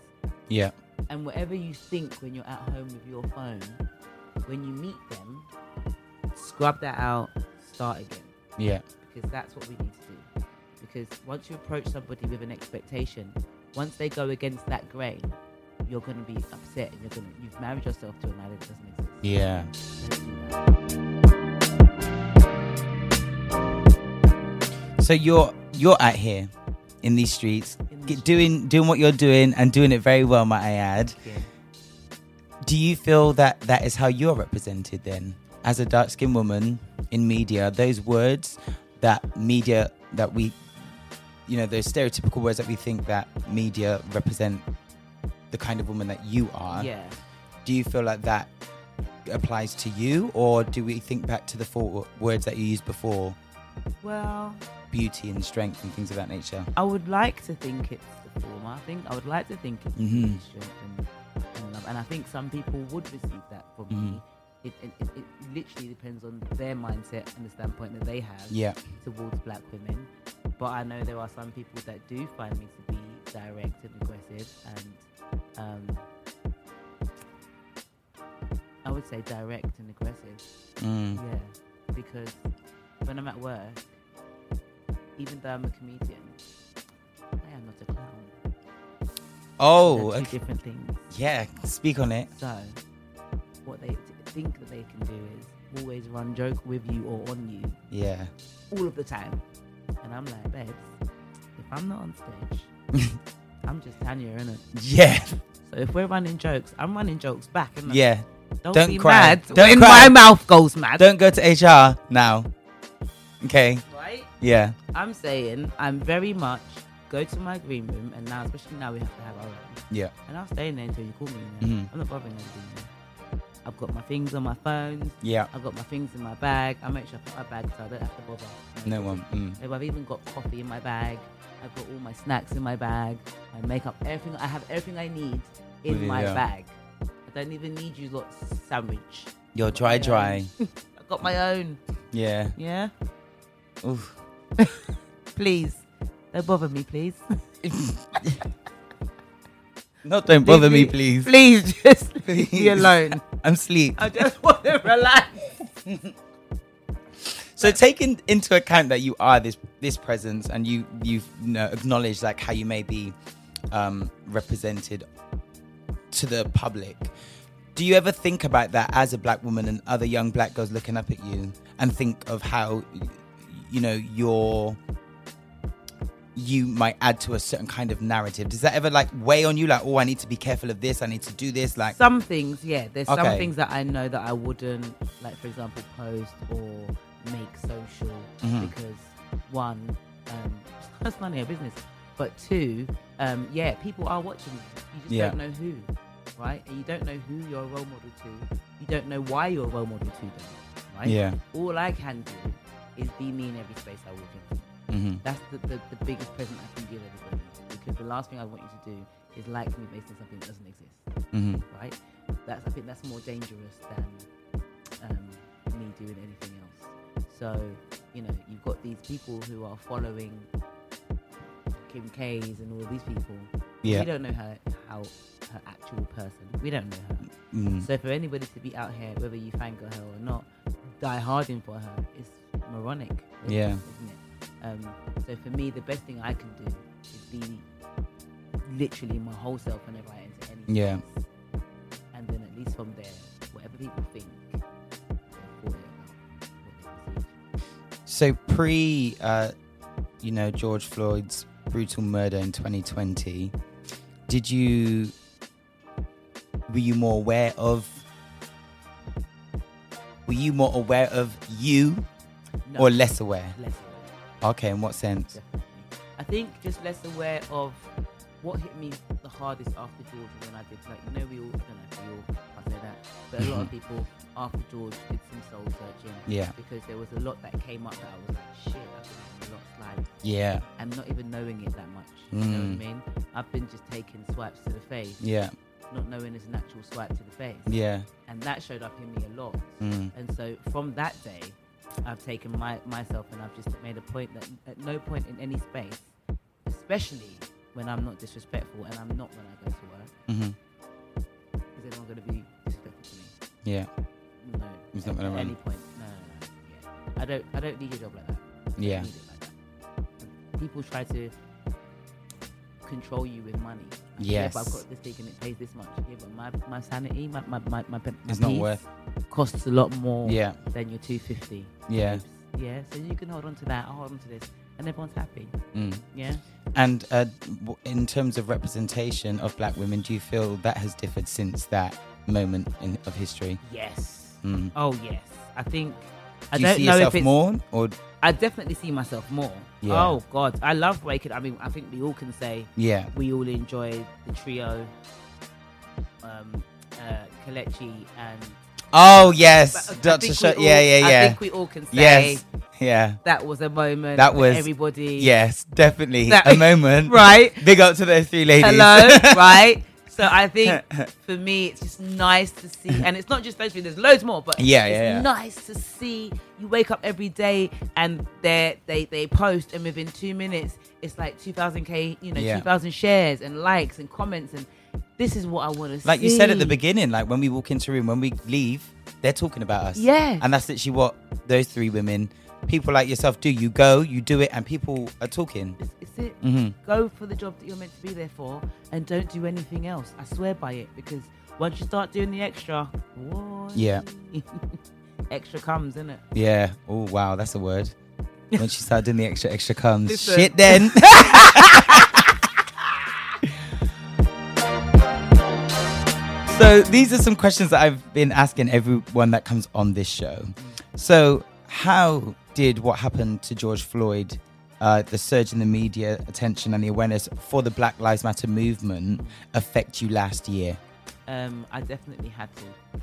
Yeah. And whatever you think when you're at home with your phone, when you meet them, scrub that out, start again. Yeah. Because that's what we need to do. Because once you approach somebody with an expectation, once they go against that grain, you're going to be upset and you're going to, you've married yourself to an idea that doesn't exist. Yeah. Don't do that. So you're you're out here in these streets, g- doing doing what you're doing and doing it very well, might I add. Yeah. Do you feel that that is how you're represented then, as a dark skinned woman in media? Those words that media that we, you know, those stereotypical words that we think that media represent the kind of woman that you are. yeah. Do you feel like that applies to you, or do we think back to the four w- words that you used before, Well, beauty and strength and things of that nature? I would like to think it's the former. I think I would like to think it's Mhm. the strength and, and love. And I think some people would receive that from me. It, it, it, it literally depends on their mindset and the standpoint that they have Yeah. towards black women. But I know there are some people that do find me to be direct and aggressive and um, I would say direct and aggressive. Mm. Yeah, because when I'm at work, even though I'm a comedian, I am not a clown. They're Oh, two okay. different things. yeah. Speak on it. So, what they t- think that they can do is always run joke with you or on you Yeah. all of the time, and I'm like, babes, if I'm not on stage, I'm just Tanya, innit? Yeah. So if we're running jokes, I'm running jokes back, innit? Yeah. Don't, Don't be cry. mad Don't when cry. my mouth goes mad. Don't go to HR now. Okay. Right? Yeah. I'm saying I'm very much go to my green room, and now, especially now, we have to have our own. Yeah. And I'll stay in there until you call me. You know? Mhm. I'm not bothering anything. You know? I've got my things on my phone. Yeah. I've got my things in my bag. I make sure I put my bag so I don't have to bother. you know. No one. Mm. Maybe I've even got coffee in my bag. I've got all my snacks in my bag. My makeup, everything. I have everything I need in With you, my yeah. bag. I don't even need you lot's sandwich. You're dry, dry. I've got my own. Yeah. Yeah. Oof. Please, don't bother me, please. No, don't bother me, please. Leave Please, just leave me Please. alone. I'm asleep. I just want to relax. So taking into account that you are this this presence and you you've you know, acknowledged like how you may be um, represented to the public. Do you ever think about that as a black woman and other young black girls looking up at you and think of how you know your you might add to a certain kind of narrative? Does that ever like weigh on you? Like, oh, I need to be careful of this. I need to do this. Like, some things, yeah. There's some Okay. things that I know that I wouldn't, like for example, post or make social Mm-hmm. because one, um, that's none of your business. But two, um, yeah, people are watching you. You just Yeah. don't know who, right? And you don't know who you're a role model to. You don't know why you're a role model to them, right? Yeah. All I can do is be me in every space I walk into. Mhm. That's the, the, the biggest present I can give everybody because the last thing I want you to do is like me based on something that doesn't exist Mhm. right? That's I think that's more dangerous than um, me doing anything else. So you know, you've got these people who are following Kim K's and all these people. Yeah. we don't know her how her actual person. We don't know her. Mm. So for anybody to be out here, whether you fangirl her or not, die harding for her is moronic. really, Yeah. Isn't it? Um, so for me, the best thing I can do is be literally my whole self whenever I enter any Yeah. space. Mm. And then at least from there, whatever people think, they'll thought it about what they perceive. So pre, uh, you know, George Floyd's brutal murder in 2020, did you were you more aware of were you more aware of you No, or less aware? less aware, Okay, in what sense? definitely. I think just less aware of what hit me the hardest after George when I did like you know we all I don't know if we all I say that, but a lot of people after George did some soul searching. Yeah. Because there was a lot that came up that I was like, shit, I've been having a lot slide. Yeah, and not even knowing it that much. You know what I Mm. mean? I've been just taking swipes to the face, yeah, not knowing it's an actual swipe to the face. yeah. And that showed up in me a lot. Mm. And so from that day, I've taken my, myself and I've just made a point that at no point in any space, especially when I'm not disrespectful and I'm not when I go to work, hmm is anyone going to be disrespectful to me? Yeah, No. He's at, not gonna at run. any point. No, no, no. Yeah. I don't. I don't need a job like that. I don't Yeah. need it like that. People try to control you with money. Yeah, but I've Yes. got this thing and it pays this much. Yeah, but my, my sanity, my my my, my, my it's not peace worth. costs a lot more. Yeah, Than your two fifty. yeah. Yeah. So you can hold on to that. I'll hold on to this, and everyone's happy. Mm. Yeah. And uh, w- in terms of representation of black women, do you feel that has differed since that moment in, of history? Yes. Mm. Oh yes. I think. I do you don't see know yourself if it's more or I definitely see myself more. Yeah. Oh God, I love waking. I mean, I think we all can say yeah we all enjoy the trio, um, uh, Kalechi and oh yes But I dr think Sh- we all- yeah yeah I yeah think we all can say yes yeah that was a moment. That for was- everybody. yes definitely That- a moment Right. big up to those three ladies Hello. right. So I think for me, it's just nice to see, and it's not just those three. There's loads more, but Yeah, it's yeah, yeah. nice to see. You wake up every day, and they they they post, and within two minutes, it's like 2,000k, you know, Yeah. 2,000 shares and likes and comments, and this is what I want to like see. you said at the beginning like when we walk into a room when we leave they're talking about us Yeah. and that's literally what those three women people like yourself do you go you do it and people are talking It's, it's it. Mhm. Go for the job that you're meant to be there for, and don't do anything else. I swear by it, because once you start doing the extra, boy, Yeah. extra comes, innit? yeah oh wow that's a word when she started doing the extra extra comes Listen. shit then So these are some questions that I've been asking everyone that comes on this show. So how did what happened to George Floyd, uh, the surge in the media attention and the awareness for the Black Lives Matter movement, affect you last year? Um, I definitely had to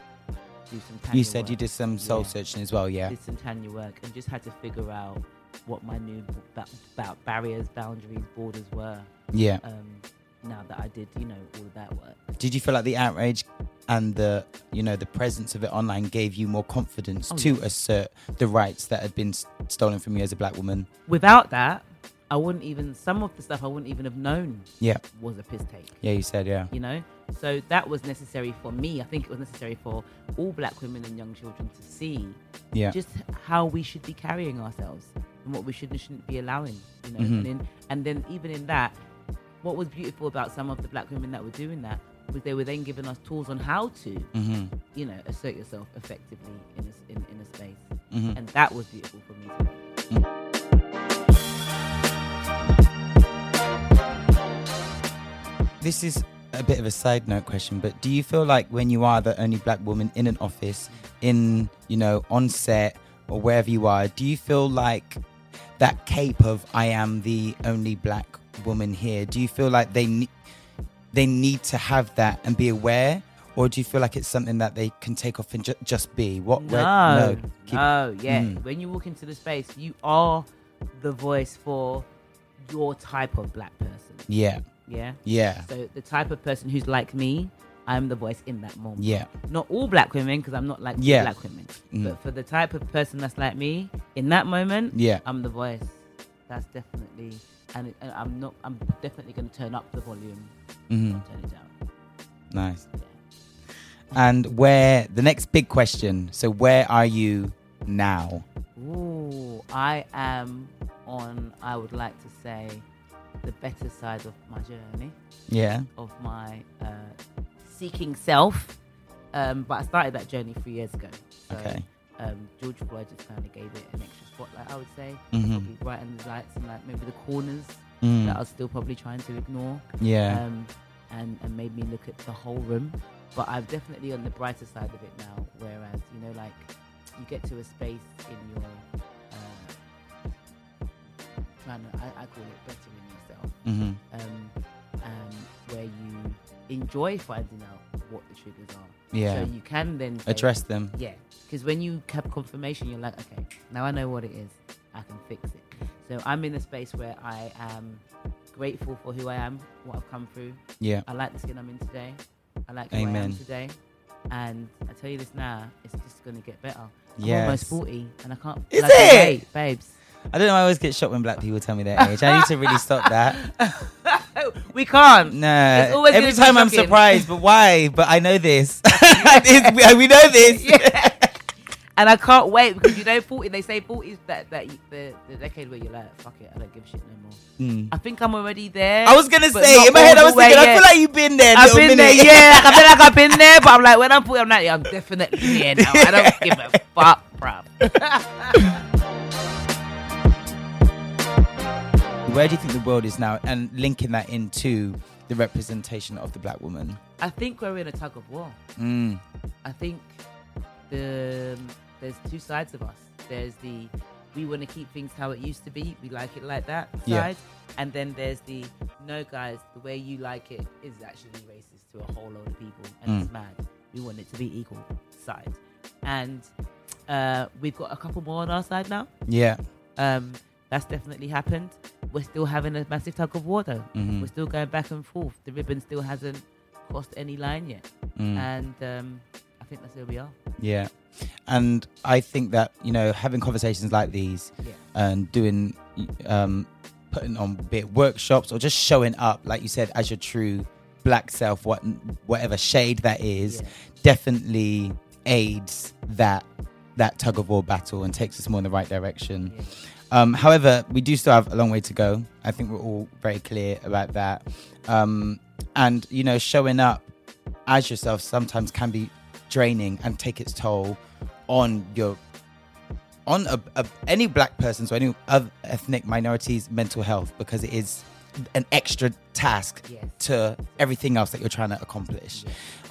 do some. You Tanya said you work. did some soul Yeah. searching as well, yeah. Did some Tanya work and just had to figure out what my new ba- ba- barriers, boundaries, borders were. Yeah. Um, now that I did, you know, all of that work. Did you feel like the outrage and the you know the presence of it online gave you more confidence Oh, to yes. assert the rights that had been s- stolen from you as a black woman? Without that, I wouldn't even. Some of the stuff I wouldn't even have known Yeah. was a piss take. Yeah, you said yeah. you know so that was necessary for me i think it was necessary for all black women and young children to see Yeah. just how we should be carrying ourselves and what we should and shouldn't be allowing you know Mm-hmm. and, in, and then even in that what was beautiful about some of the black women that were doing that was they were then giving us tools on how to Mm-hmm. you know assert yourself effectively in a, s- in, in a space Mm-hmm. and that was beautiful for me too. This is a bit of a side note question, but do you feel like when you are the only black woman in an office, in you know, on set or wherever you are, do you feel like that cape of I am the only black woman here? Do you feel like they ne- they need to have that and be aware, or do you feel like it's something that they can take off and ju- just be? What? where- No, no, keep- Oh, yeah. Mm. When you walk into the space, you are the voice for your type of black person. Yeah, Yeah. yeah, So the type of person who's like me, I'm the voice in that moment. yeah. Not all black women, because I'm not like all Yeah. black women. Mm. But for the type of person that's like me in that moment, Yeah. I'm the voice. That's definitely, and, it- and I'm not. I'm definitely going to turn up the volume, not turn it down. Nice. Yeah. And where the next big question? So where are you now? Ooh, I am on, I would like to say, the better side of my journey, Yeah. of my uh, seeking self. Um, but I started that journey three years ago. So, Okay. Um, George Floyd just kind of gave it an extra spotlight, I would say. Mhm. Probably brightened the lights and like maybe the corners Mm. that I was still probably trying to ignore Yeah. um, and, and made me look at the whole room. But I'm definitely on the brighter side of it now. Whereas, you know, like you get to a space in your uh, trying to, I, I call it bettering yourself, hmm um, um, where you enjoy finding out what the triggers are. Yeah. So you can then say- Address them. yeah, because when you have confirmation, you're like, okay, now I know what it is. I can fix it. So I'm in a space where I am grateful for who I am, what I've come through. Yeah. I like the skin I'm in today. I like who I Amen. am today. And I tell you this now, it's just going to get better. I'm Yes. almost 40 and I can't. Is bloody it? wait, babes. I don't know. I always get shocked when black people tell me their age. I need to really stop that. we can't. Nah. It's always Every gonna be time I'm shocking. surprised, but why? But I know this. It's- we- we know this. And I can't wait because you know, 40, they say 40 is that, that the, the decade where you're like, fuck it, I don't give a shit no more. I think I'm already there. Mm. I was gonna but say not in my all head. I the was way thinking. I yet. feel like you've been there. I've little been minute. there, yeah. Like, I feel like I've been there, but I'm like, when I'm 40, I'm like, yeah, I'm definitely here now. I don't give a fuck, bruv. Where do you think the world is now? And linking that into the representation of the black woman. I think we're in a tug of war. Mm. I think the um, there's two sides of us. There's the we want to keep things how it used to be, we like it like that Yeah. side, and then there's the no, guys, the way you like it is actually racist to a whole load of people, and Mm. it's mad. We want it to be equal side, and uh, we've got a couple more on our side now. Yeah. Um, that's definitely happened. We're still having a massive tug of war, though. Mm-hmm. We're still going back and forth. The ribbon still hasn't crossed any line yet, Mm. and um, I think that's where we are. Yeah. And I think that, you know, having conversations like these Yeah. and doing, um, putting on bit workshops or just showing up, like you said, as your true black self, what, whatever shade that is, Yeah. definitely aids that, that tug of war battle and takes us more in the right direction. Yeah. Um, however, we do still have a long way to go. I think we're all very clear about that. Um, and, you know, showing up as yourself sometimes can be draining and take its toll on your on a, a, any black person's or any other ethnic minorities mental health because it is an extra task Yes. to everything else that you're trying to accomplish.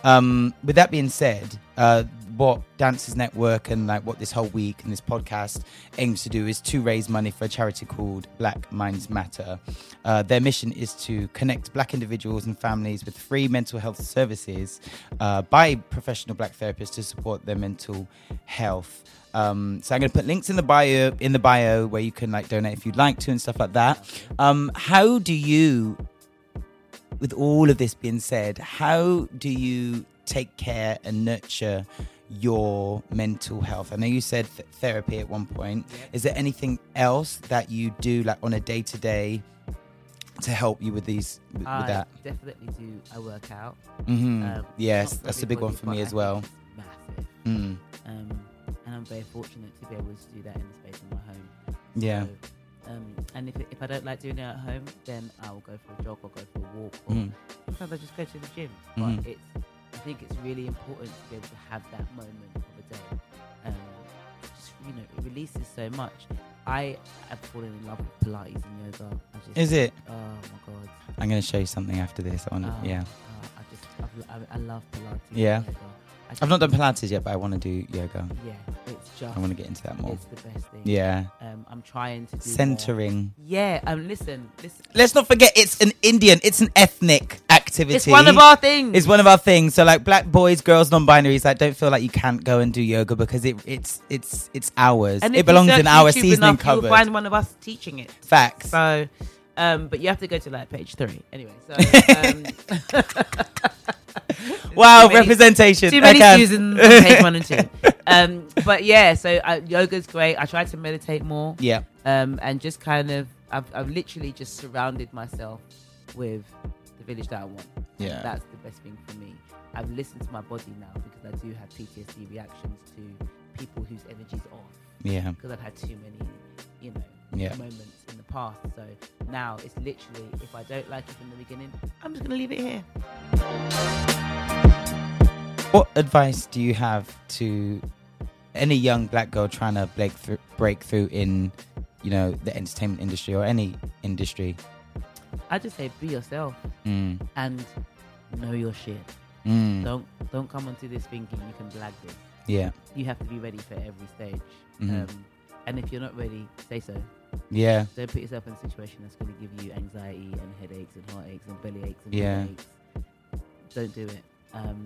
Um, with that being said, uh, what Dancers Network and like what this whole week and this podcast aims to do is to raise money for a charity called Black Minds Matter. Uh, their mission is to connect Black individuals and families with free mental health services uh, by professional Black therapists to support their mental health. Um, so I'm going to put links in the bio in the bio where you can like donate if you'd like to and stuff like that. Um, how do you with all of this being said, how do you take care and nurture your mental health? I know you said th- therapy at one point. Is there anything else that you do, like on a day to day, to help you with these with, I with that? definitely do. I work out. hmm Um, yes, not for that's a big one for everybody, me but as I well. think it's Massive. Mm, Um, and I'm very fortunate to be able to do that in the space of my home. yeah. So, um, and if, if I don't like doing it at home, then I'll go for a jog or go for a walk. Or Mm. Sometimes I just go to the gym. Mhm. But it's, I think it's really important to be able to have that moment of a day. Um, just, you know, it releases so much. I have fallen in love with Pilates and yoga. I just, Is it? Oh my god. I'm going to show you something after this. I want Um, yeah. uh, I just, I've, I, I love Pilates. and Yeah. yoga. I I've not just- done Pilates yet, but I want to do yoga. Yeah, it's just. I want to get into that more. It's the best thing. Yeah. Um, I'm trying to do more. Centering. Yeah. Um. Listen. Listen. Let's not forget it's an Indian, it's an ethnic activity. It's one of our things. It's one of our things. So like black boys, girls, non-binaries, like don't feel like you can't go and do yoga because it it's it's it's ours. And it if you belongs search in our YouTube seasoning enough, cupboard. You'll find one of us teaching it. Facts. So, um, but you have to go to like page three anyway. So, um, wow, too many- representation. too many Okay. Susans on page one and two. Um, but yeah, so uh, yoga's great. I try to meditate more. Yeah. um, and just kind of I've, I've literally just surrounded myself with the village that I want. Yeah. that's the best thing for me. I've listened to my body now because I do have PTSD reactions to people whose energy's off Yeah. because I've had too many, you know, Yeah. moments in the past. So now it's literally if I don't like it from the beginning, I'm just gonna leave it here. What advice do you have to any young black girl trying to break through, break through in, you know, the entertainment industry or any industry? I just say be yourself Mm, and know your shit. mm, Don't don't come onto this thinking you can blag this. yeah. you have to be ready for every stage. Mhm. Um, and if you're not ready, say so. Yeah. Don't put yourself in a situation that's going to give you anxiety and headaches and heartaches and belly aches and Yeah. backaches. Don't do it. Um,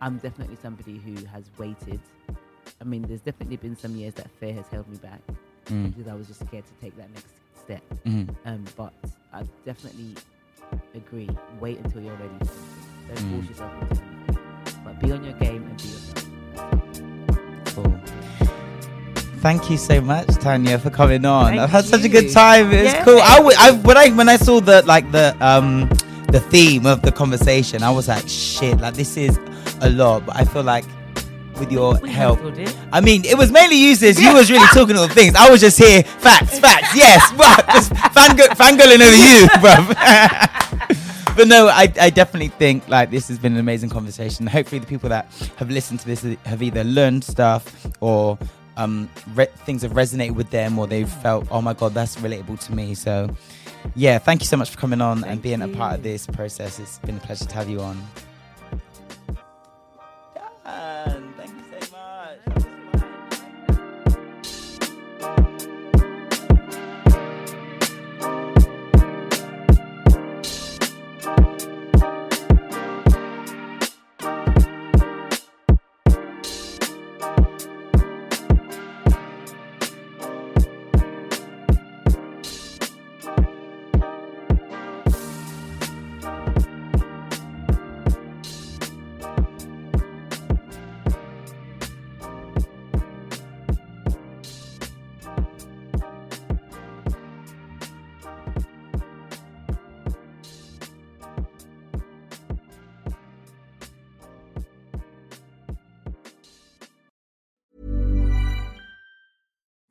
I'm definitely somebody who has waited. I mean, there's definitely been some years that fear has held me back Mm, because I was just scared to take that next step. mm, Um, but I definitely agree. Wait until you're ready. Don't Mm. force yourself into anything. But be on your game and be yourself. cool. Thank you so much, Tanya, for coming on. Thank I've had such a you. good time. It was Yeah. cool. I, w- I when I when I saw the like the um the theme of the conversation, I was like, shit, like this is a lot. But I feel like with your We help, handled it. I mean, it was mainly you, sis. You was really talking all the things. I was just here, facts, facts. Yes, bruv. Just fangirl, fangirling over you, bruv. but no, I, I definitely think like this has been an amazing conversation. Hopefully, the people that have listened to this have either learned stuff or um, re- things have resonated with them, or they've felt, oh my god, that's relatable to me. So, yeah, thank you so much for coming on and Thank being a part of you. this process. It's been a pleasure to have you on. thank you so much.